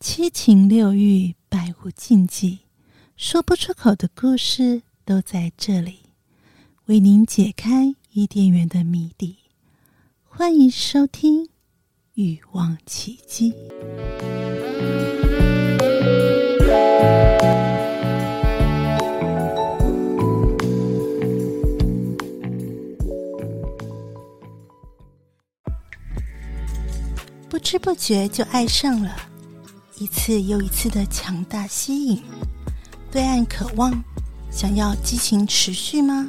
七情六欲，百无禁忌，说不出口的故事都在这里，为您解开伊甸园的谜底。欢迎收听《欲望奇迹》。不知不觉就爱上了，一次又一次的强大吸引，对岸渴望，想要激情持续吗？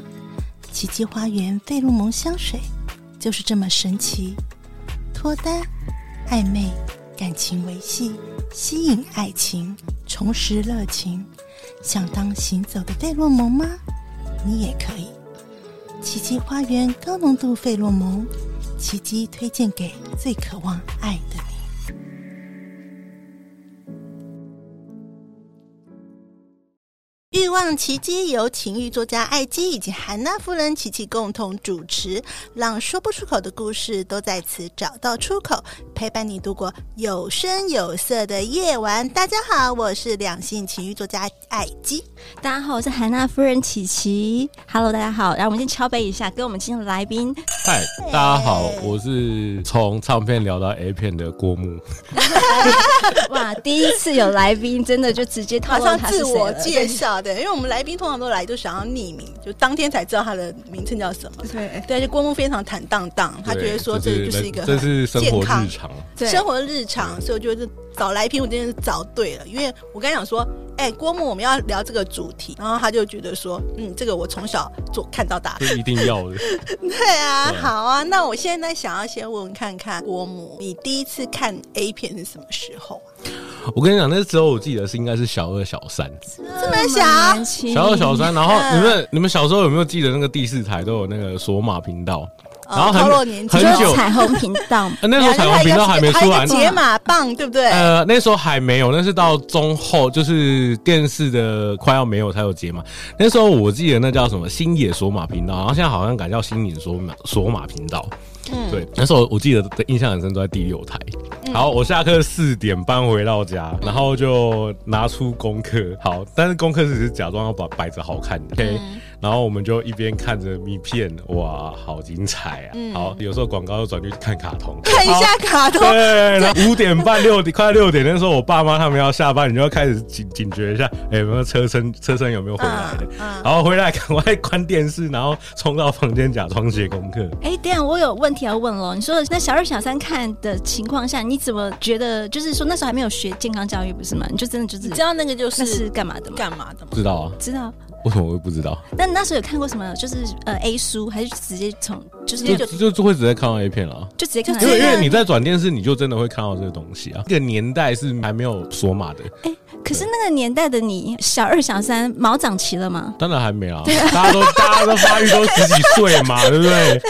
奇迹花园费洛蒙香水就是这么神奇，脱单、暧昧、感情维系、吸引爱情、重拾热情，想当行走的费洛蒙吗？你也可以。奇迹花园高浓度费洛蒙，奇迹推荐给最渴望爱的你。《欲望奇迹》由情欲作家艾姬以及韩娜夫人琪琪共同主持，让说不出口的故事都在此找到出口，陪伴你度过有声有色的夜晚。大家好，我是两性情欲作家艾姬。大家好，我是韩娜夫人琪琪。Hello，大家好。然后我们先敲杯一下，跟我们今天的来宾，嗨，大家好，我是从唱片聊到 A 片的郭牧。哇，第一次有来宾，真的就直接马套上上他是自谁我了介绍啊的，因为我们来宾通常都来都想要匿名，就当天才知道他的名称叫什么。对对，就郭牧非常坦荡荡，他觉得说这对就是一个这是生活健康日常，对生活日常，所以我觉得找来宾我真的是找对了，因为我刚讲说，哎、郭牧我们要聊这个主题，然后他就觉得说，嗯，这个我从小做看到大，这一定要的。 对啊，对好啊，那我现在想要先问问看看郭牧，你第一次看 A 片是什么时候啊？我跟你讲，那时候我记得是应该是小二、小三，这么小，年轻小二、小三。然后嗯你们你们小时候有没有记得那个第四台都有那个索马频道？然后哦透露年很纪很就久是，彩虹频道呃那时候彩虹频道还没出还有来一个。解码棒，对不对？呃，那时候还没有，那是到中后，就是电视的快要没有才有解码。那时候我记得那叫什么星野索马频道，然后现在好像改叫星野索马索马频道。嗯对，那时候我记得的印象很深，都在第六台。好，我下课四点半回到家，然后就拿出功课。嗯好，但是功课只是假装要把摆着好看的。OK，、然后我们就一边看着迷片，哇，好精彩啊！好，有时候广告又转去看卡通，嗯看一好下卡 通，对，然后五点半六点快六点那时候，我爸妈他们要下班，你就要开始警警觉一下，哎、有没有车身车身有没有回来的？嗯然后回来赶快关电视，然后冲到房间假装写功课。哎，等一下我有问题要问喽。你说那小二、小三看的情况下，你怎么觉得？就是说那时候还没有学健康教育，不是吗？你就真的就是你知道那个就那是是干嘛的吗？干嘛的吗？知道啊？知道。为什么我会不知道？那你那时候有看过什么？就是呃 A 书，还是直接从就是就就就就就会直接看到 A 片了。直接看就因直接为因对啊为你在转电视，你就真的会看到这个东西啊。这个年代是还没有索马的，可是那个年代的你，小二、小三毛长齐了吗？当然还没啊。大家都 大家都发育都十几岁嘛，对不对？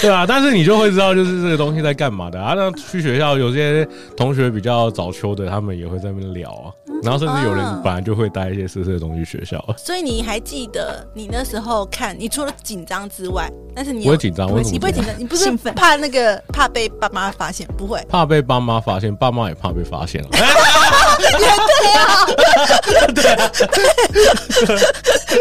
对啊，但是你就会知道，就是这个东西在干嘛的啊。那去学校有些同学比较早秋的，他们也会在那边聊啊。嗯然后甚至有哦人本来就会带一些色色的东西去学校啊。所以你还记得你那时候看，你除了紧张之外，但是你有我会紧张，我怎你么不会紧知道。张，你不是兴奋怕那个怕被爸妈发现，不会 怕被爸妈发现，爸妈也怕被 发现了。哎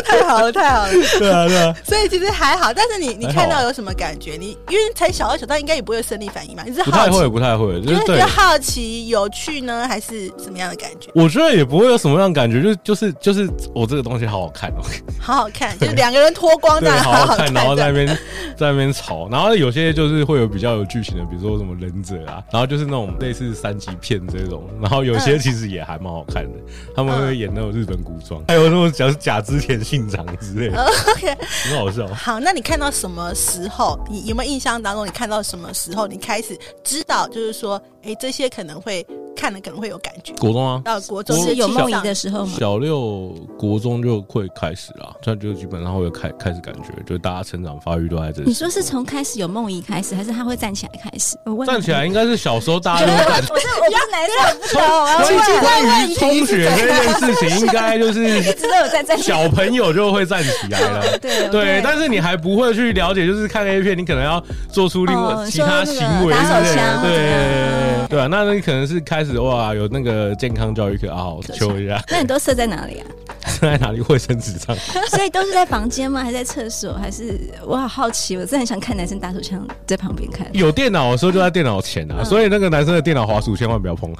太好了，太好了。对啊，对啊。所以其实还好，但是你你还好啊看到有什么感觉？你因为才小二小三，应该也不会有生理反应嘛？你是不好太奇，会，不太会，就就是是觉对得。好奇、有趣呢，还是什么样的感觉？我觉得也不会有什么样的感觉，就就是就是我这个东西好好看哦，好好看，就是两个人脱光这对，样，好好好看，然后在这那样边在那边吵，然后有些就是会有比较有剧情的，比如说什么忍者啊，然后就是那种类似三级片这种，然后有嗯些其实也还蛮好看的，他们会演那种日本古装，还有那种假假织田信长之类哦的， OK， 很好笑。好，那你看到什么时候？你有没有印象当中，你看到什么时候，你开始知道，就是说，哎、这些可能会看了可能会有感觉。国中啊，到国中就是有青少梦遗的时候吗？小六国中就会开始啦，这就基本上会有开开始感觉，就是大家成长发育都在这里你。说是从开始有梦遗开始，还是他会站起来开始？我问站起来应该是小时候大家我都会感我是我不是男生，我不知 道，我要关问于我关于充血这件事情，应该就是知道有在站起来。 小朋友就会站起来了。 对对，但是你还不会去了解，就是看 A 片，你可能要做出另外哦其他行说为那个打之类手枪的，对，对啊，那你可能是开始哇，有那个健康教育课啊，好求 一下，那你都设在哪里啊？是在哪里卫生纸上？所以都是在房间吗？还是在厕所？还是我好好奇，我真的很想看男生打手枪在旁边看。有电脑的时候就在电脑前嗯啊，所以那个男生的电脑滑鼠千万不 要碰。哦，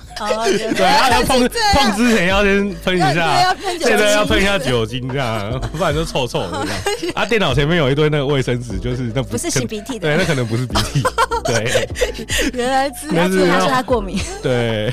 对啊，要碰碰之前要先喷一要要下喷，酒现在要精喷一下酒精这样，不然就臭臭的这样。啊，电脑前面有一堆那个卫生纸，就是那不是可擤鼻涕的对，那可能不是鼻 涕，对原来是那是他说他过敏，对。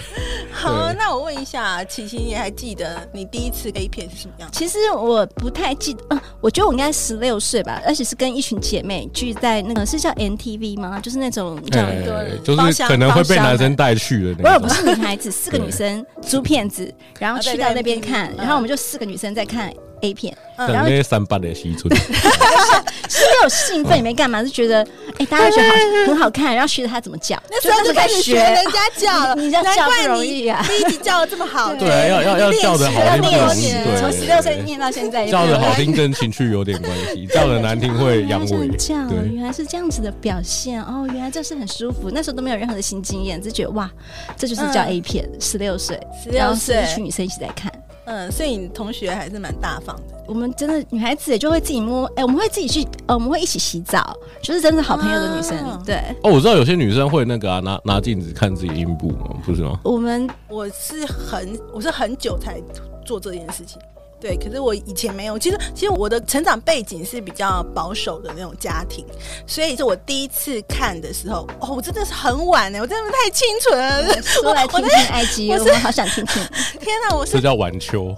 好。对那我问一下，琪琪，你还记得你第一次 A 片是什么样？其实我不太记得，嗯，我觉得我应该十六岁吧，而且是跟一群姐妹聚在那个是叫 NTV 吗？就是那种这样。哎人包就是厢可能会被包厢男生带去的我那也种不。是女孩 子，四个女生租片子，然后去到那边看啊，对然后我们就四个女生在看嗯 A 片，嗯等然那后些三八的西 村，是没有兴奋，也没干嘛，就觉得哎，大家觉得好很好看，然后学着他怎么叫，那时候就在开始学人家叫了，你你这样难叫不怪容你易啊第一集叫的这么好听，对啊，要要要练叫习的好要听不容练易，习，对，从十六岁念到现在，叫的好听跟情趣有点关系，叫的难听会阳痿。这样对，哦原来是这样子的表现哦，原来这是很舒服。那时候都没有任何的新经验，只觉得哇，这就是叫嗯 A 片。十六岁， 16然后是岁一群女生一起在看。嗯，所以你同学还是蛮大方的。我们真的女孩子也就会自己摸，哎、我们会自己去，呃，我们会一起洗澡，就是真的好朋友的女生。啊对，哦，我知道有些女生会那个啊，拿拿镜子看自己阴部嘛，不是吗？我们我是很我是很久才做这件事情。对，可是我以前没有。其实，其实我的成长背景是比较保守的那种家庭，所以是我第一次看的时候，哦，我真的是很晚呢，我真的太清纯了。说来听听埃及，我我是们好想听听。天哪，我这是叫晚秋。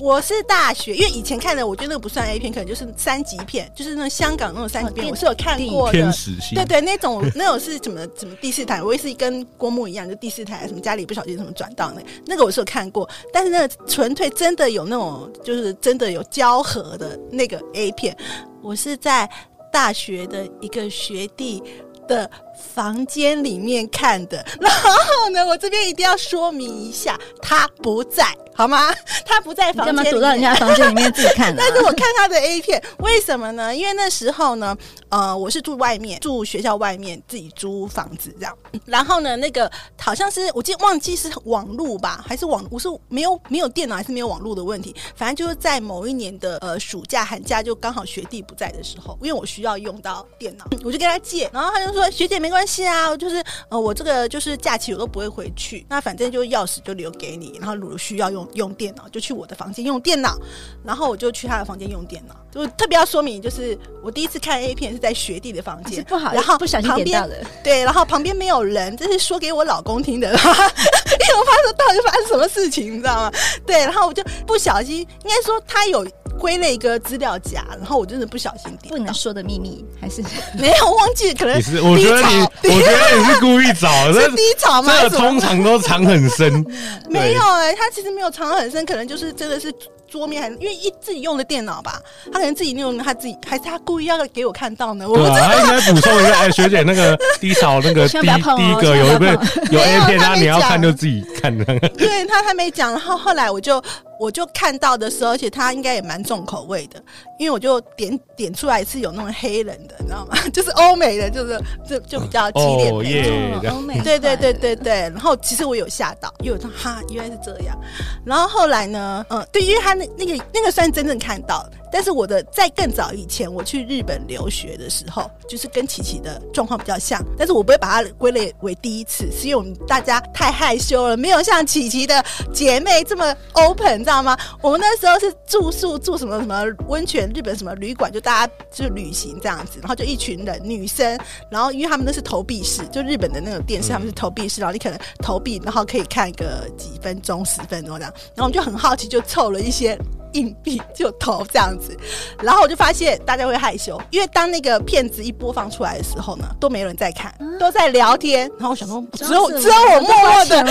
我是大学，因为以前看的，我觉得那个不算 A 片，可能就是三级片，就是那种香港那种三级片，哦我是有看过天的。使心，对对，那种 那种是怎么怎么第四台，我也是跟郭牧一样，就第四台什么家里不小心什么转到那那个我是有看过，但是那个纯粹真的有那种就是真的有交合的那个 A 片，我是在大学的一个学弟。的房间里面看的，然后呢，我这边一定要说明一下，他不在，好吗？他不在你房干间里嘛躲面，到人家房间里面自己看、啊？但是我看他的 A 片，为什么呢？因为那时候呢，呃，我是住外面，住学校外面自己租房子这样。然后呢，那个好像是我记得忘记是网路吧，还是网，我是没有没有电脑还是没有网路的问题。反正就是在某一年的呃暑假寒假，就刚好学弟不在的时候，因为我需要用到电脑，我就跟他借。然后他就说：“学姐没关系啊，就是呃我这个就是假期我都不会回去，那反正就钥匙就留给你，然后如果需要用用电脑就去我的房间用电脑。”然后我就去他的房间用电脑，就特别要说明，就是我第一次看 A 片是在学弟的房啊是间，不好意然后思，不小心旁点边到的。对，然后旁边没有人，这是说给我老公 听的，因为我怕说到底发生什么事情，你知道吗？对，然后我就不小心，应该说他有归类一个资料夹，然后我真的不小心不点到能，说的秘密，还是 没有忘记，可能你是我觉得你，低我觉得你是故意找潮的 是，低潮吗？这还个是什么通常都藏很深。没有哎、他其实没有藏得很深，可能就是真的是桌面还因为一自己用的电脑吧，他可能自己用的他自己，还是他故意要给我看到呢？我对不啊，他应该补充一下，哎，学姐那个低潮那个第千万不要碰哦第一个有一千万不个要有 A 片啊，没有他没你要看讲就自己看那个。对他还没讲，然后后来我就我就看到的时候，而且他应该也蛮重口味的，因为我就点点出来是有那种黑人的，你知道吗？ 就是欧美人，就是就就比较激烈哦 那耶种。这样欧美对对对对对，然后其实我有吓到，因为我说哈，原来是这样。然后后来呢，嗯，对，因为他那那个那个算真正看到了，但是我的在更早以前，我去日本留学的时候，就是跟琪琪的状况比较像，但是我不会把它归类为第一次，是因为我们大家太害羞了，没有像琪琪的姐妹这么 open，你知道吗？我们那时候是住宿住什么什么温泉，日本什么旅馆，就大家就旅行这样子，然后就一群人女生，然后因为他们那是投币式，就日本的那种电视，他们是投币式，然后你可能投币，然后可以看个几分钟、十分钟这样，然后我们就很好奇，就凑了一些。硬币就投这样子，然后我就发现大家会害羞，因为当那个片子一播放出来的时候呢，都没有人在看，都在聊天。然后我想说，只有只有我默默的，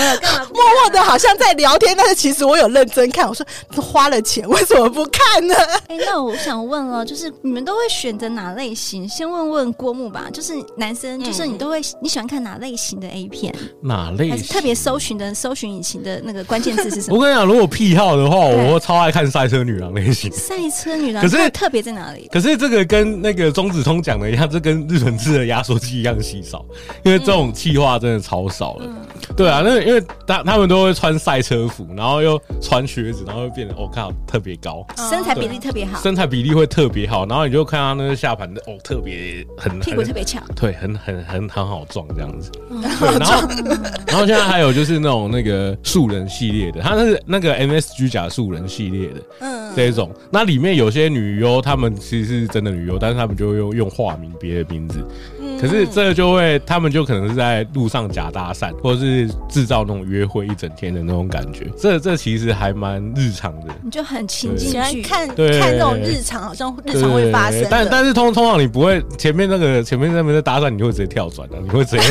默默的好像在聊天，但是其实我有认真看。我说都花了钱，为什么不看呢？哎、那我想问了，就是你们都会选择哪类型？先问问郭牧吧，就是男生，就是嗯你都会、你喜欢看哪类型的 A 片，啊哪类还是特别搜寻的搜寻引擎的那个关键字是什我么？跟你讲，如果癖好的话，我超爱看三车女郎类型。赛车女郎，可是它的特别在哪里？可是这个跟那个钟子通讲的一样，这跟日本制的压缩机一样稀少，因为这种气化真的超少了。对啊，那因为他他们都会穿赛车服，然后又穿靴子，然后又变得我、哦、靠特别高，身材比例特别好，身材比例会特别好，然后你就看他那个下盘的哦特别很屁股特别嗯翘。对，很很很很好撞这样子。对，然后然后现在还有就是那种那个素人系列的，它是那个 MSG 甲素人系列的，嗯，这一种。那里面有些女优，她们其实是真的女优，但是她们就用用化名别的名字。嗯可是这就会，她们就可能是在路上假搭讪，或者是制造那种约会一整天的那种感觉。这这其实还蛮日常的。你就很情对境喜欢剧，看看对这种日常，好像日常会发生对对对。的但但是通通常你不会前面那个前面那边在搭讪，你会直接跳转的、你会直接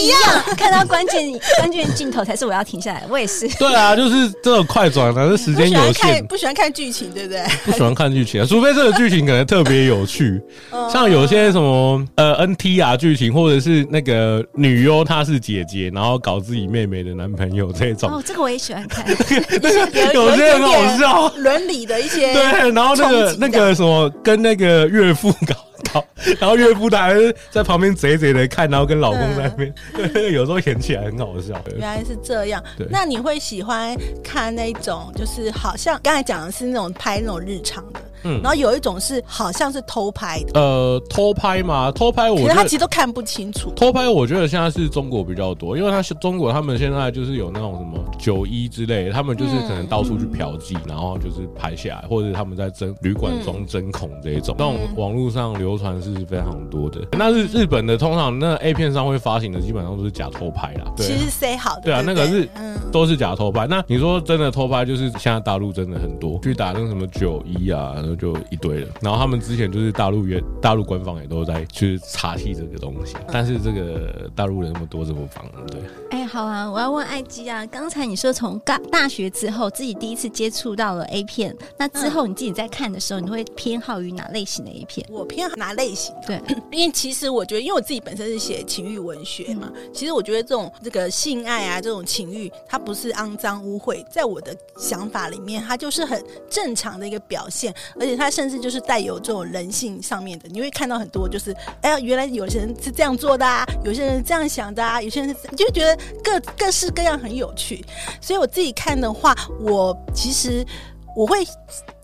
一样， 看到关键关键镜头才是我要停下来。我也是，对啊，就是这种快转啊，这时不间喜有欢限看，，不喜欢看剧情，对不对？不喜欢看剧情啊，除非这个剧情可能特别有趣，嗯像有些什么呃 NT 啊剧情，或者是那个女优她是姐姐，然后搞自己妹妹的男朋友这种，哦，这个我也喜欢看。有些很好笑。伦理的一些对，然后那冲个击啊那感个什么，跟那个岳父搞搞，然后岳父他还是在旁边贼贼的看，然后跟老公在那边，嗯对， 有时候演起来很好笑。原来是这样对。那你会喜欢看那种，就是好像刚才讲的是那种拍那种日常的，嗯然后有一种是好像是偷拍的，呃，偷拍嘛，偷拍我可觉是得他其实都看不清楚。偷拍，我觉得现在是中国比较多，因为他是中国，他们现在就是有那种什么九一之类的，他们就是可能到处去嫖妓，然后就是拍下来，或者他们在真旅馆装针孔这一嗯种，那种网络上流传是非常多的。那日日本的通常那 A 片上会发行的，基本上都是假偷拍啦，对其实是 say 好的，对啊，不那个是嗯，都是假偷拍。那你说真的偷拍，就是现在大陆真的很多，去打那个什么九一啊，然后就一堆了。然后他们之前就是大陆也大陆官方也都在去查细这个东西，但是这个大陆人那么多怎么防？对，哎，好啊，我要问艾姬啊，刚才你说从大大学之后自己第一次接触到了 A 片，那嗯之后你自己在看的时候，你会偏好于哪类型的 A 片？我偏好哪类型？对， 因为其实我觉得，因为我自己本身是写情欲文学嘛，其实我觉得这种这个性爱啊，这种情欲，它不是肮脏污秽，在我的想法里面，它就是很正常的一个表现，而且它甚至就是带有这种人性上面的，你会看到很多就是，哎呀，原来有些人是这样做的啊，有些人是这样想的啊，有些人是你就会觉得各各式各样很有趣，所以我自己看的话，我其实我会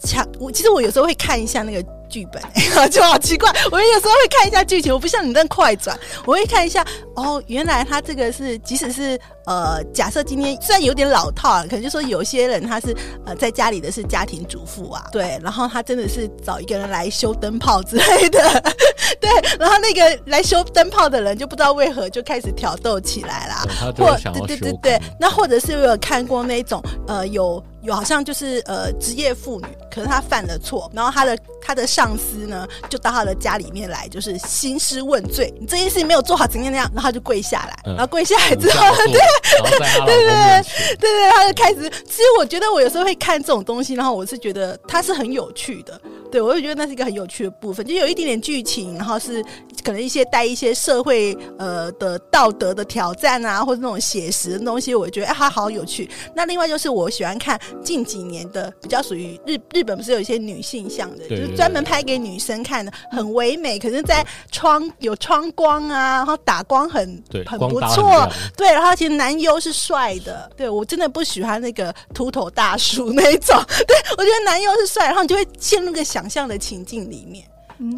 想，我其实我有时候会看一下那个剧本、 就好奇怪。我有时候会看一下剧情，我不像你那快转，我会看一下哦，原来他这个是，即使是呃，假设今天虽然有点老套啊，可能就说有些人他是呃在家里的是家庭主妇啊，对，然后他真的是找一个人来修灯泡之类的， 对，然后那个来修灯泡的人就不知道为何就开始挑逗起来啦，他就或会想要对修对对改对，那或者是我有看过那种呃有有好像就是呃职业妇女，可是她犯了错，然后她的她的上司呢就到她的家里面来，就是兴师问罪，你这件事情没有做好怎样怎样，然后她就跪下来，嗯然后跪下来之后，对， 然后在他老公面前，对对，他就开始。其实我觉得我有时候会看这种东西，然后我是觉得它是很有趣的。对我就觉得那是一个很有趣的部分，就有一点点剧情，然后是可能一些带一些社会呃的道德的挑战啊，或者那种写实的东西，我觉得哎它好有趣。那另外就是我喜欢看近几年的比较属于日日本，不是有一些女性向的，对就对是专门拍给女生看的，很唯美，可是，在窗有窗光啊，然后打光很对，很光不打很错亮，对，然后其实男优是帅的，对我真的不喜欢那个秃头大叔那一种。 对我觉得男优是帅，然后你就会陷入个想象的情境里面，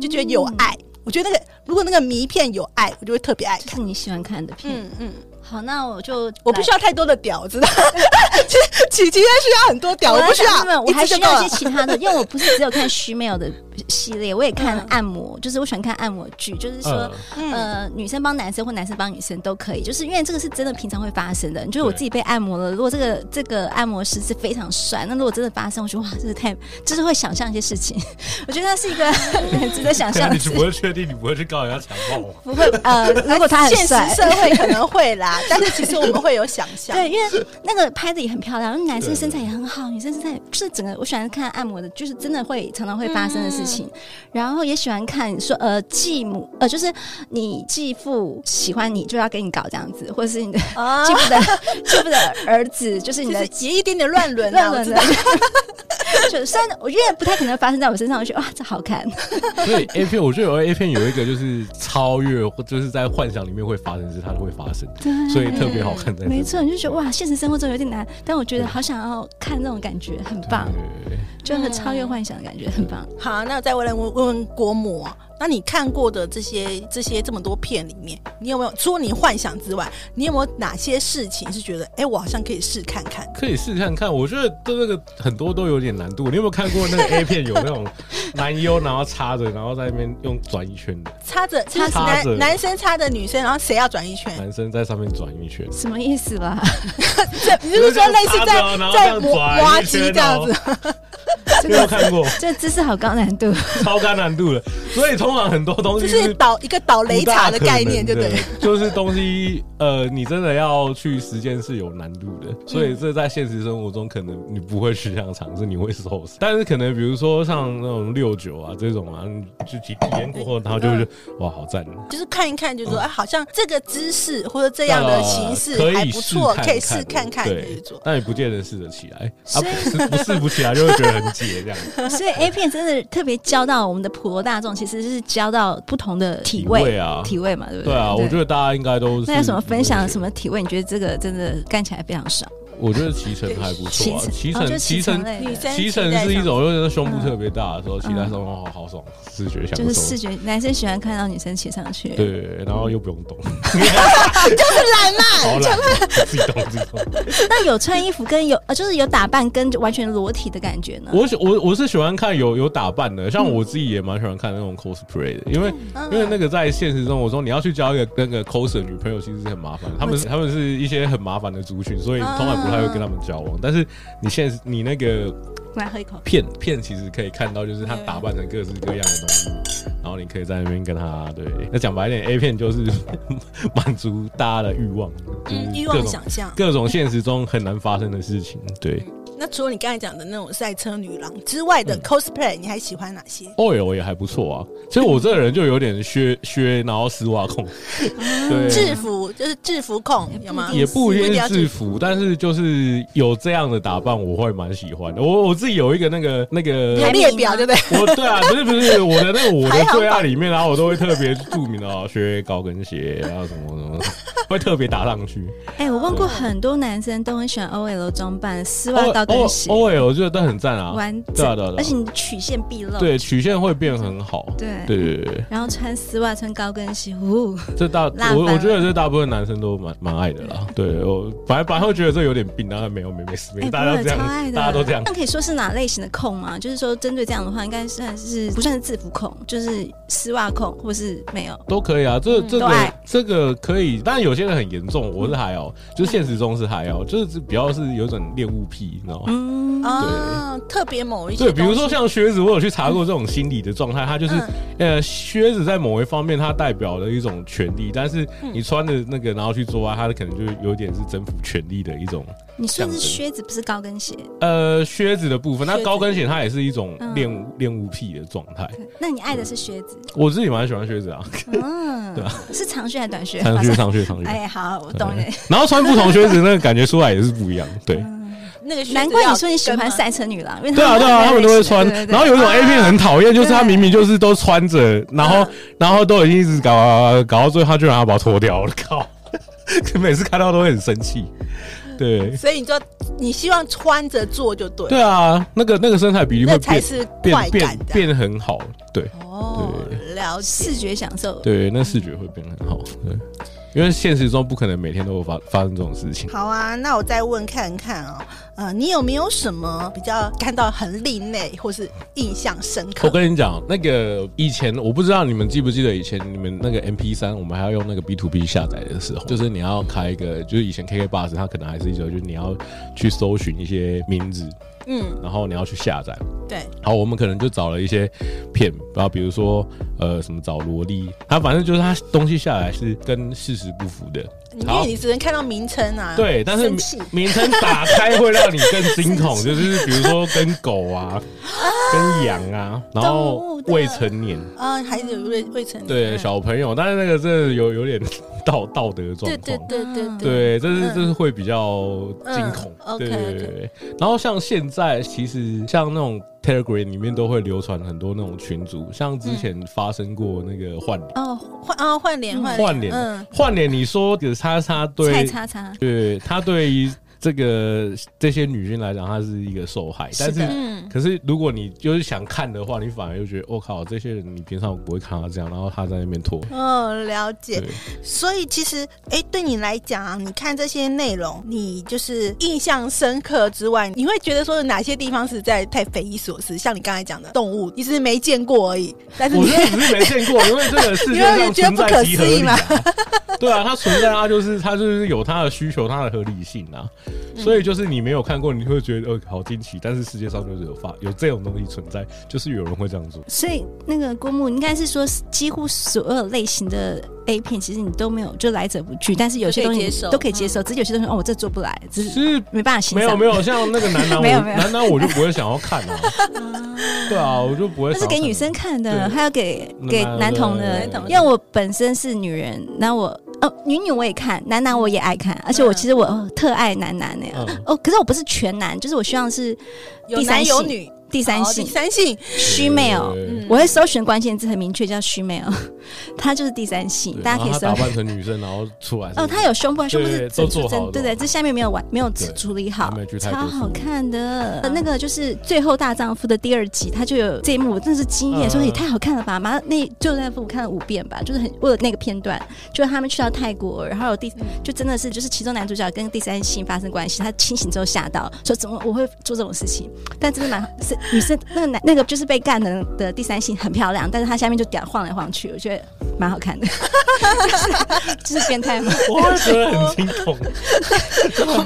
就觉得有爱。我觉得那个如果那个迷片有爱，我就会特别爱这看。是你喜欢看的片。嗯嗯，好，那我就我不需要。要太多的屌，我知道。 其其其实需要很多屌，我不需没有要，我一还次就需够要一了些。其他的，因为我不是只有 看虚妙的系列，我也看嗯按摩，就是我喜欢看按摩剧，就是说。嗯，呃，女生帮男生或男生帮女生都可以，就是因为这个是真的平常会发生的。就是我对自己被按摩了，如果这个这个按摩师是非常帅，那如果真的发生，我觉得哇，这个太就是会想象一些事情。我觉得那是一个 很值得想象你的是事。不会确定你不会去告人家强暴啊吗？不会呃，如果他很现帅 实，社会可能会啦，但是其实我们会有想象。对，因为那个拍的也很漂亮，后男生对身材也很好，女生身材也就是整个我喜欢看按摩的，就是真的会常常会发生的事情。然后也喜欢看说呃继母呃就是你继父喜欢你就要跟你搞这样子，或者是你的啊继，父的继父的儿子就是你就的是结一点点乱伦啊，哦乱我伦知的道。。 就虽然我觉得不太可能发生在我身上，我觉得哇这好看， 所以 A 片，我觉得有 A 片有一个就是超越，或就是在幻想里面会发生，是它会发生，所以特别好看在这里。没错，你就觉得哇现实生活中有点难，但我觉得好想要看那种感觉，很对，棒对，对对就很超越幻想的感觉，很棒。好，那我再回来问问问国母哦，那你看过的这些这些这么多片里面，你有没有除了你幻想之外，你有没有哪些事情是觉得，哎、我好像可以试看看？可以试看看。我觉得这个很多都有点难度。你有没有看过那个 A 片有那种男优，然后插着，然后在那边用转一圈 的插着插就是着哎男男生插着女生，然后谁要转一圈？男生在上面转一圈？什么意思 啦？这你就是说类似插着啊在然后这在样磨转磨一机圈这样子？这有没有个看过？这姿势好高难度， 超高难度的。所以通常很多东就西是倒一个倒雷塔的概念，对不不大可对能？的，就是东西呃，你真的要去实践是有难度的，所嗯以这在现实生活中可能你不会去这样尝试，你会受伤。但是可能比如说像那种六九啊这种啊，你就体体验过后，然后就会觉得嗯哇好赞，哦就是看一看，就说哎、好像这个姿势或者这样的形式呃可还以不错，可以试试看看，可以对做，。但也不见得试得起来，啊所以不是不试不起来就会觉得很解这样。 所以 A 片真的特别教到我们的普罗大众，其实是教到不同的体位体位啊体位嘛，对不对啊，我觉得大家应该都是啊那有什么分享什么？么体位？你觉得这个真的干起来非常爽？我觉得骑乘还不错啊，骑哦乘就骑骑乘乘类女的，生骑乘期待是一上种，就是胸部特别大的时候，骑在上面哦好好爽，视觉享受。嗯就是视觉，男生喜欢看到女生骑上去。对，然后又不用动，就是懒啦， 好懒，自己动自己 动。 那有穿衣服跟有呃，就是有打扮跟完全裸体的感觉呢？我喜我我是喜欢看有有打扮的，像我自己也蛮喜欢看那种 cosplay 的，因嗯为嗯因为那个在现实生活中，你要去交一个那个 cos 的女朋友，其实是很麻烦的。他们是他们是一些很麻烦的族群，所啊以通常不太会跟他们交往。但是你现实你那个我来喝一口。片片其实可以看到，就是他打扮成各式各样的东西，然后你可以在那边跟他对。那讲白一点，A 片就是 满足大家的欲望，就是嗯，欲各望种想嗯象。各种现实中很难发生的事情。对那除了你刚才讲的那种赛车女郎之外嗯的 cosplay，、你还喜欢哪些？ ，OL 也还不错啊。其实我这个人就有点削削，然后丝袜控，对。嗯制服就是制服控有吗？也不一定是制服，服，但是就是有这样的打扮，我会蛮喜欢的。我我自己有一个那个那个有列表对不对？我对啊，不是不是我的那个我的最爱里面，然后我都会特别注明哦，靴、高跟鞋，然后什么什么，会特别打上去。哎、我问过很多男生都很喜欢 OL 装扮，丝袜高 O 啊跟鞋， O L 我觉得都很赞啊，完对整，啊对啊对啊而且你曲线毕露，对曲线会变很好。对对对对对，然后穿丝袜穿高跟鞋，呜，这大辣我翻我觉得这大部分男生都蛮蛮爱的啦。对我本来本来会觉得这有点病，但是没有没没事嗯没哎、事，不大家都会这超爱的，样，大家都这样。 那可以说是哪类型的控吗？就是说，针对这样的话，应该算是不算是制服控，就是丝袜控，或是没有。都可以啊，这这嗯都个爱嗯这个可以，但有些人很严重，我是还好，就是现实中是还好，就是比较是有种恋物癖，你知道吗？嗯，啊，特别某一些对，比如说东西嗯像靴子，我有去查过这种心理的状态，它就是、呃，靴子在某一方面它代表了一种权利，但是嗯你穿的那个然后去做爱，它可能就有点是征服权利的一种。你说的是靴子，不是高跟鞋。呃，靴子的部分，那靴子高跟鞋它也是一种嗯恋物恋物癖的状态。那你爱的是靴子，我自己蛮喜欢靴 子啊，嗯，对是长靴还是短靴？上马靴上上靴上靴，哎，好，我懂了。 然后穿不同靴子那个感觉出来也是不一样。对，那个靴子难怪要你说你喜跟欢吗赛车女郎，因为对啊，对啊，他们都会穿对对。对然后有一啊种 A 片很讨厌，就是他明明就是都穿着，然后嗯然后都已经一直搞搞搞到最后，他居然要把它脱掉，我 靠！每次看到都会很生气。对所以你说你希望穿着做就对，对啊，那个那个身材比例会那才变是快变感变的。变很好，对哦，了解视。觉享受。对，那视觉会变很好，对。因为现实中不可能每天都有发发生这种事情。好啊，那我再问看看哦，呃，你有没有什么比较看到很另类或是印象深 刻我？跟你讲，那个以前我不知道你们记不记得，以前你们那个 MP 三，我们还要用那个 B to B 下载的时候，就是你要开一个，就是以前 KK Bus 它可能还是一种，就是你要去搜寻一些名字，嗯，然后你要去下载。对，好，我们可能就找了一些片，然后比如说呃什么找萝莉，它反正就是它东西下来是跟事实不符的。因好为你只能看到名称啊。，对，但是生气 名称打开会让你更 惊恐，就是比如说跟狗啊、跟羊啊，然动物后的未成年啊，还有未未成年。嗯对小朋友，但是那个真的有有点 道道德状对对况。对对对。对，这是嗯这是会比较惊恐嗯，对 OK，OK 对对对。然后像现在，其实像那种 Telegram 里面都会流传很多那种群组，像之前发生过那个换脸，哦，换啊换脸换换脸，嗯换脸，你说的叉叉蔡对叉叉，对他对于这个这些女性来讲，她是一个受害，但是的是。嗯，可是，如果你就是想看的话，你反而又觉得，我、哦靠，这些人你平常不会看到这样，然后他在那边拖，哦，了对解。，所以其实，哎，对你来讲啊，你看这些内容，你就是印象深刻之外，你会觉得说有哪些地方实在太匪夷所思？像你刚才讲的动物，你只是没见过而已，但 是我你觉得只是没见过，因为这个世 界上存在极合理啊。对啊，它存在，它就是它就是有它的需求，它的合理性啊。嗯所以就是你没有看过，你会觉得呃好惊奇，但是世界上就是有发有这种东西存在，就是有人会这样做。所以那个郭牧应该是说，几乎所有类型的 A 片，其实你都没有就来者不拒，但是有些东都可以接西受都可以接受，只是有些东西哦，我这做不来，只其是实没办法欣没有赏。没有，像那 个男男，没有我没有男男我就不会想要看啊。对啊，我就不会。那是给女生。看的，对还有给男给的男童的男童，的因为我本身是女人，那我呃女女我也看，男男我也爱看，而且我嗯其实我、哦特爱男男呢、嗯哦，可是我不是全男，就是我希望是有第男三有性女，第三好性哦第三性，虚哦 male，对嗯我会搜寻关键字很明确，叫虚 male，它 就是第三性，对大家可以然后搜他。打扮成女生，然后出来是。哦，它有胸部，胸部对是都整做好整了对对，这下面没有完，没有处理好还没有去，太超多好处理看的。那个就是《最后大丈夫》的第二集，它就有这一幕，我真的是惊艳，嗯说也哎太好看了吧！马上那就那部我看了五遍吧，就是很为了那个片段，就是他们去到泰国，然后有第就真的是就是其中男主角跟第三性发生关系，他清醒之后吓到，说怎么我会做这种事情？但真的蛮是女生那个男那个就是被干的的第三性很漂亮，但是她下面就屌晃来晃去，我觉得蛮好看的， 就是就是变态嘛。我会觉得很惊恐。啊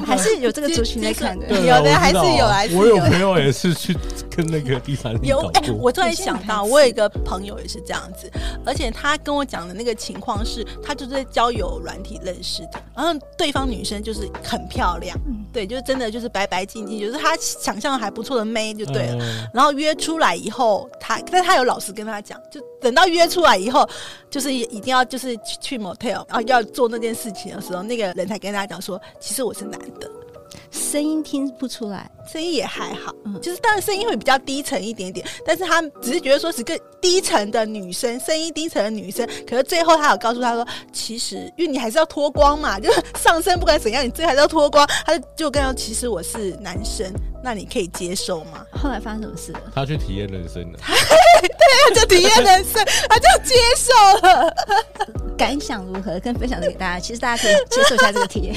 还是有这个族群在看的。对 有啊的我知还是道啊有还是我有有朋友也是去跟那个第三有哎哎、，我突然有些想女到，孩我有一个朋友也是这样子，而且他跟我讲的那个情况是，他就是在交友软体认识的，然后对方女生就是很漂亮，嗯对，就是真的就是白白净净，就是他想象还不错的妹就对了。了，然后约出来以后，他但他有老实跟他讲，就等到约出来以后，就是一定要就是去去 motel，然后要做那件事情的时候，那个人才跟他讲说，其实我是男的。声音听不出来，声音也还好，嗯就是当然声音会比较低沉一点点，但是他只是觉得说是个低沉的女生，声音低沉的女生。可是最后他有告诉他说，其实因为你还是要脱光嘛， 就是上身不管怎样，你最后还是要脱光。他就就跟他说，其实我是男生，那你可以接受吗？后来发生什么事了？他去体验人生了。 他就体验人生，他就接受了。感想如何？跟分享的给大家，其实大家可以接受一下这个体 验。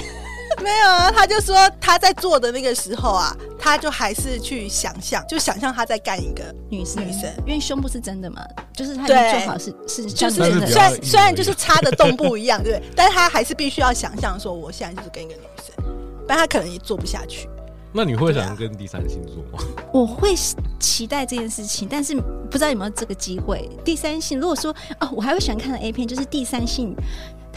没有啊，他就说他在做的那个时候啊，他就还是去想象，就想象他在干一个女生，女生因为胸部是真的嘛，就是她已对经做好是是就像是真但的比虽较然虽然就是插的动不一样， 对，但他还是必须要想象说，我现在就是跟一个女生，不然他可能也做不下 去。那你会想跟第三性做吗？我会期待这件事情，但是不知道有没有这个机会。第三性，如果说哦，我还会喜欢看的 A 片，就是第三性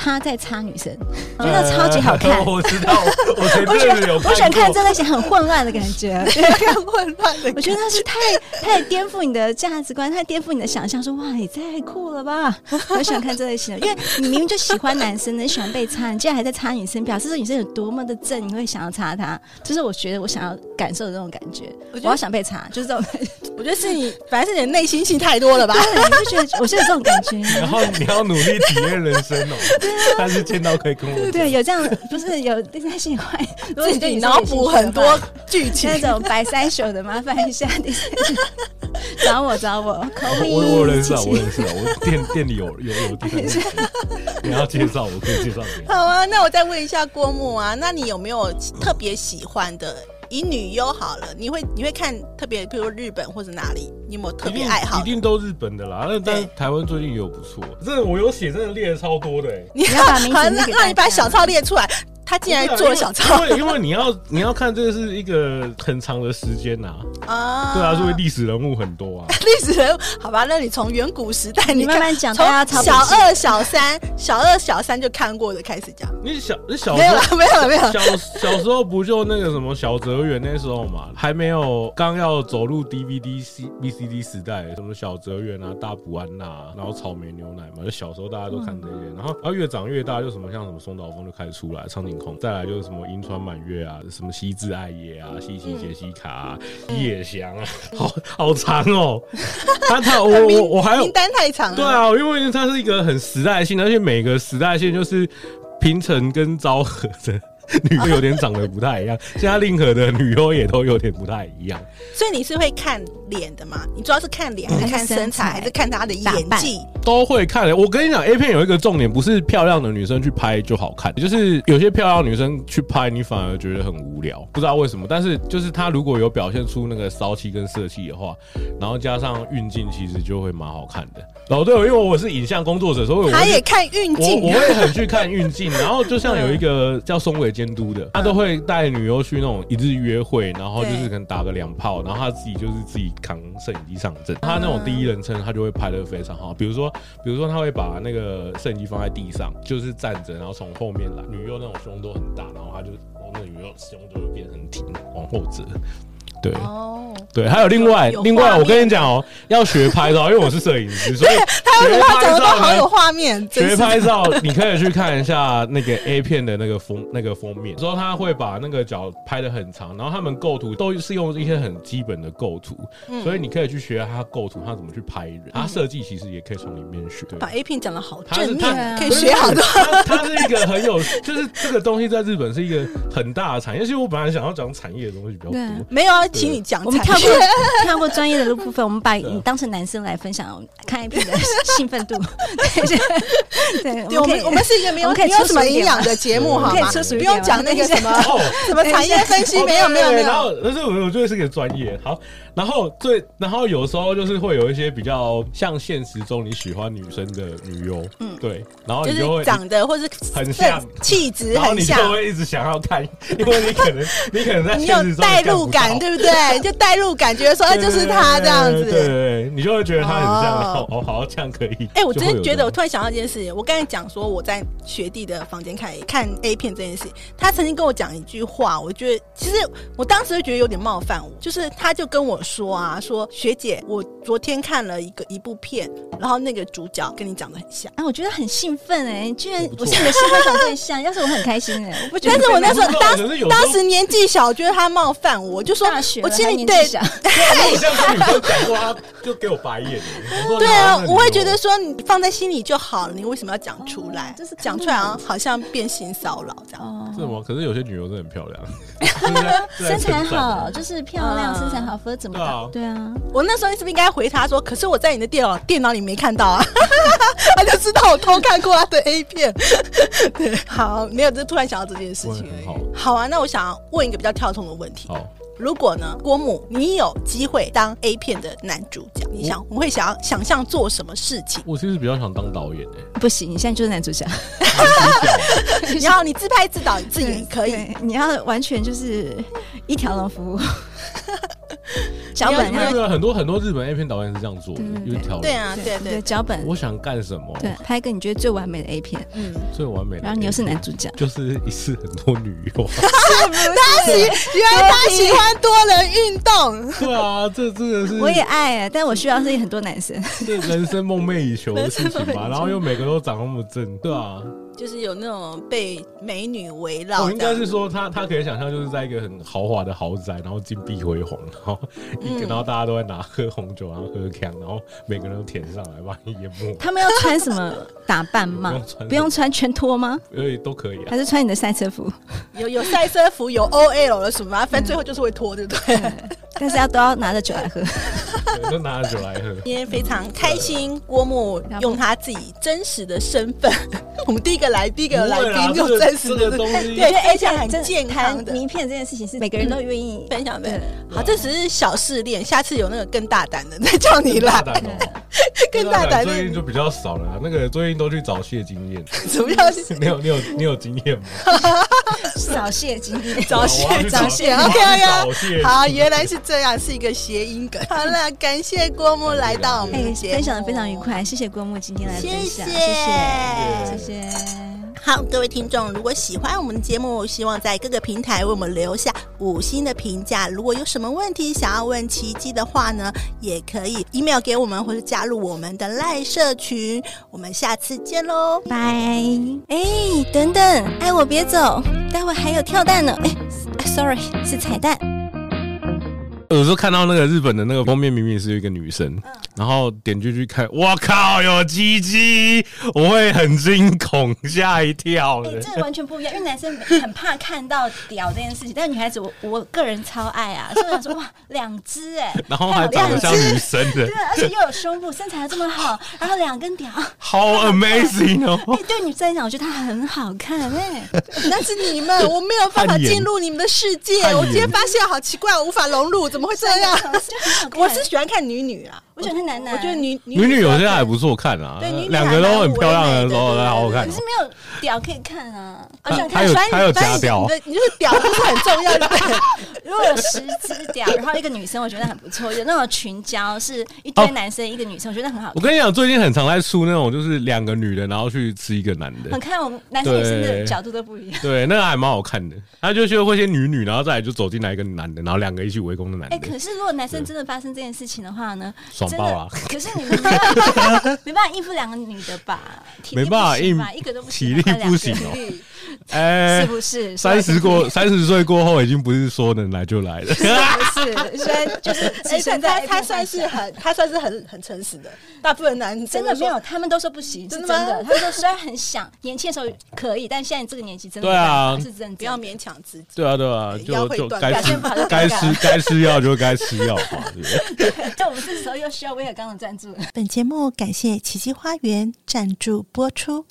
他在插女 生，觉啊得超级好看。我知道，我绝我喜欢对有过。我喜欢看这类型很混乱的感觉。很混乱的我觉得是太太颠覆你的价值观，太颠覆你的想象，说哇，你太酷了吧！我喜欢看这类型的，因为你明明就喜欢男生的，你喜欢被插，你竟然还在插女生，表示这女生有多么的正，你会想要插她。就是我觉得我想要感受的这种感觉，我我觉得好想被插，就是这种感觉。我觉得是你，反正是你的内心戏太多了吧？对，我就觉得我是有这种感觉。然后你要努力体验人生 哦。但是见到可以跟我对讲。对，有这样不是有第三性坏，如果自你己对女生脑有兴补趣的很话多剧情那。种白塞手的，麻烦一下第三性，找我找我，我我我认识啊，我认识啊，我店店里有有有第三性，你要介绍我可以介绍给你。 好啊，那我再问一下郭牧啊，那你有没有特别喜欢的？以女优好了，你会你会看特别，比如说日本或者哪里，你有没有特一别定爱好一？定都日本的啦，那但对台湾最近也有不错，真的我有写，真的列的超多的欸。你你要把名字好，列那给那你大把家小抄列出来。他竟然做了小抄因为因为你要你要看这个是一个很长的时间呐、啊对啊，所以历史人物很多啊。 历史人物，好吧，那你从远古时代，你看慢慢讲从大家差不小多二、小三、 小二、小三就看过的开始讲，你小你哦小没时候有了，没有了，没有了。小小时候不就那个什么小泽圆那时候嘛，还没有刚要走入 DVD、C、VCD 时代，什么小泽圆啊、大补安呐、然后草莓牛奶嘛，就小时候大家都看这些，然后然后越长越大，就什么像什么松岛枫就开始出来，苍井空，再来就是什么银川满月啊，什么西之爱也啊、西西杰西卡、啊、叶翔啊，好好长哦。他他我我我还有名单太长了，对，啊，因为它是一个很时代性的，而且每个时代性就是平成跟昭和的女优有点长得不太一样，现在令和的女优也都有点不太一样。所以你是会看脸的嘛？你主要是看脸，嗯还是看身材，还是看她的打演扮技？都会看欸的。我跟你讲，A 片有一个重点，不是漂亮的女生去拍就好看，就是有些漂亮的女生去拍，你反而觉得很无聊，不知道为什么。但是就是她如果有表现出那个骚气跟色气的话，然后加上运镜，其实就会蛮好看的。老对，因为我是影像工作者，所以我会他也看运我镜我，会很去看运镜，然后就像有一嗯个叫松尾监督的，他都会带女优去那种一日约会，然后就是对可能打个两炮，然后他自己就是自己扛摄影机上阵。他那嗯种第一人称，他就会拍的非常好。比如说，比如说他会把那个摄影机放在地上，就是站着，然后从后面来，女优那种胸都很大，然后他就哦那女优胸就会变很挺，往后折。对哦，对，还有另外有有另外，画我跟面你讲哦，要学拍照，因为我是摄影师，所以 他为什么他学哎讲的都拍照好呢有画面？真学是拍照，你可以去看一下那个 A 片的那个封那个封面，之后他会把那个脚拍的很长，然后他们构图都是用一些很基本的构图，嗯所以你可以去学他构图，他怎么去拍人，他设计其实也可以从里面学。对把 A 片讲的好他是正他面，可以不是学好多。它它是一个很有，就是这个东西在日本是一个很大的产业。其实我本来想要讲产业的东西比较多对，没有啊，请你讲我们才跳对。过跳过专业的部分，我 们把你当成男生来分享看 A 片 的兴奋度。对对，对，我们我们是一个没有我们可以没有出什么一点营养的节目，我们好可以吗？出啊俗一不点用吗讲那个什么哦，什么产业分 析，没有没有没然有。后，但是我我觉得是个专业。好，然后最，然后有时候就是会有一些比较像现实中你喜欢女生的女优，嗯，对，然后就你就会是。长得或是很像分气质然后很你就像，会一直想要看，因为你可能你可能在你现实有中代也看入不到感，对不对？ 就代入感，觉得说哎，就是他这样对对对子。对，对你就会觉得他很像，哦哦，哦好，这样可以。哎、我真就会的有觉得，我这种突然想到一件事，我刚才讲说我在学弟的房间看看 A 片这件事，他曾经跟我讲一句话，我觉得其实我当时就觉得有点冒犯我，就是他就跟我说啊，说学姐，我昨天看了一个一部片，然后那个主角跟你长得很像。啊，我觉得很兴奋哎，居然不错我是你的兴奋小对象，要是我很开心哎，我不觉得。但是我那时候不知道当可是有时候当时年纪小，觉得他冒犯我，我就说大学，了我心还里年纪对 小我像跟女生讲过，他就给我白眼。我说对哪有啊那个，女我会优觉得说你放在心里就好了，你为什么要讲出来哦这是？讲出来好像好像变性骚扰这样。哦是吗？可是有些女优真的很漂 亮，就是在身材，好在称赞就是漂亮，嗯身材好，否则怎么搞对 啊？我那时候是不是应该回他说，可是我在你的电脑电脑里没看到啊？ 他就知道我偷看过他的 A 片。 对，好，没有，就突然想到这件事我也情而很已。好。好啊，那我想要问一个比较跳痛的问题：好，如果呢，郭母，你有机会当 A 片的男主角，你想你会想要想象做什么事 情？我其实比较想当导演欸诶、不行，你现在就是男主角， 然后你自拍自导自演可以，对，你要完全就是一条龙 服务，脚你要本啊没有要没有很多很多日本 A 片导演是这样做的，对对有一条路对啊，对对对，脚本我想干什么？嗯对，拍一个你觉得最完美的 A 片，嗯，最完美的。然后你又是男，主角，就是一次很多女 优。他喜原来他喜欢多人运动，对啊，这真的是我也爱，但我需要是很多男 生，这人生梦寐以求的事情人生梦寐以吧。 求然后又每个都长那么正，对啊。就是有那种被美女围绕我的。哦应该是说他他可以想象就是在一个很豪华的豪宅，然后金碧辉煌，然后一个、嗯然后大家都在拿喝红酒，然后喝康，然后每个人都舔上来把你淹没，他们要穿什么打扮吗？不不用穿什么用穿全脱吗？所以都可以啊。还是穿你的赛车服？有 有赛车服，有 OL 了什么啊，反正最后就是会脱，对不对？嗯但是要都要拿着酒来 喝。对就拿着酒来 喝。今天非常开心，郭牧用他自己真实的身份， 我们第一个来，第一个来不会啦宾就这个真实这的个东西 对，而且真很的健康的谈。名片这件事情是每嗯个人都愿意分享呗对，好，这只是小试炼，下次有那个更大胆的再叫你来大，胆哦， 更大胆的最近就比较少啊 了啦。那个最近都去找谢金燕，什么样？你有你有你有经验吗？ 早泄经验，早泄我要去早找 泄，OK OK，早泄好，原来是这样，是一个谐音 梗。好了，感谢郭木来到我们的哎，节目，分享的非常愉快，谢谢郭木今天来分谢享，谢谢谢，谢谢。好，各位听众，如果喜欢我们的节目，希望在各个平台为我们留下五星的评价。如果有什么问题想要问奇迹的话呢，也可以 email 给我们，或者加入我们的赖社群。我们下次见喽！拜。哎，等等，哎，我别走，待会还有跳蛋呢。哎，sorry，是彩蛋。有时候看到那个日本的那个封面，明明是一个女生，嗯然后点进去看，我靠，有鸡鸡，我会很惊恐，吓一跳哎，的。这完全不一样，因为男生很怕看到屌这件事情，但女孩子我我个人超爱 啊，所以我想说哇，两只哎，然后还长得像女生的对，，而且又有胸部，身材还这么 好，然后两根哦屌，哎，好 amazing 哦！对女生来讲，我觉得她很好看 哎。那是你们，我没有办法汗颜进入你们的世界。汗颜我今天发现好奇怪，我无法融入，怎么会这样？就很好看我是喜欢看女女啊，我喜欢看男男我觉得女女女有些还错。不错看啊对女，女两还个蛮都很漂亮的时候，唯美的对对对好好看可哦是。没有屌可以看啊，我啊想看还有所以你还有所以夹屌你的你的屌不是很重 要，对不对？如果有十只屌，然后一个女生，我觉得很不错。有那种群交，是一堆男生、一个女生，我觉得很好我看。跟你讲，最近很常在出那种就是两个女的，然后去吃一个男的很，看我们男生女生的对角度都不一样。对，那个还蛮好看的。他就是会先女女，然后再来就走进来一个男的，然后两个一起围攻的男哎、的可，是如果男生真的发生这件事情的话呢？爽真爆的啊！可是你们没办法没办法应付两个女的 吧？体力没办法不行应吧，一个都不行体力还两不个行哦力。哎是，不是？哎三十过三十岁过后，已经不是说能来就来了。 是不是？虽然就是而只且存在哎他 A 片他上算是很他算是很很诚实的，大部分男生真的都没说有，他们都说不行，是真真的吗的。他们说虽然很想，年轻的时候可以，但现在这个年纪真的对啊没办法是真的。 不要勉强自己。对啊，对啊， 腰就会就断该表吃现不好就该尴尬吃该吃药就该吃药嘛，对不对？但我们这时候又需要威尔刚的赞助了。本节目感谢奇迹花园赞助播出。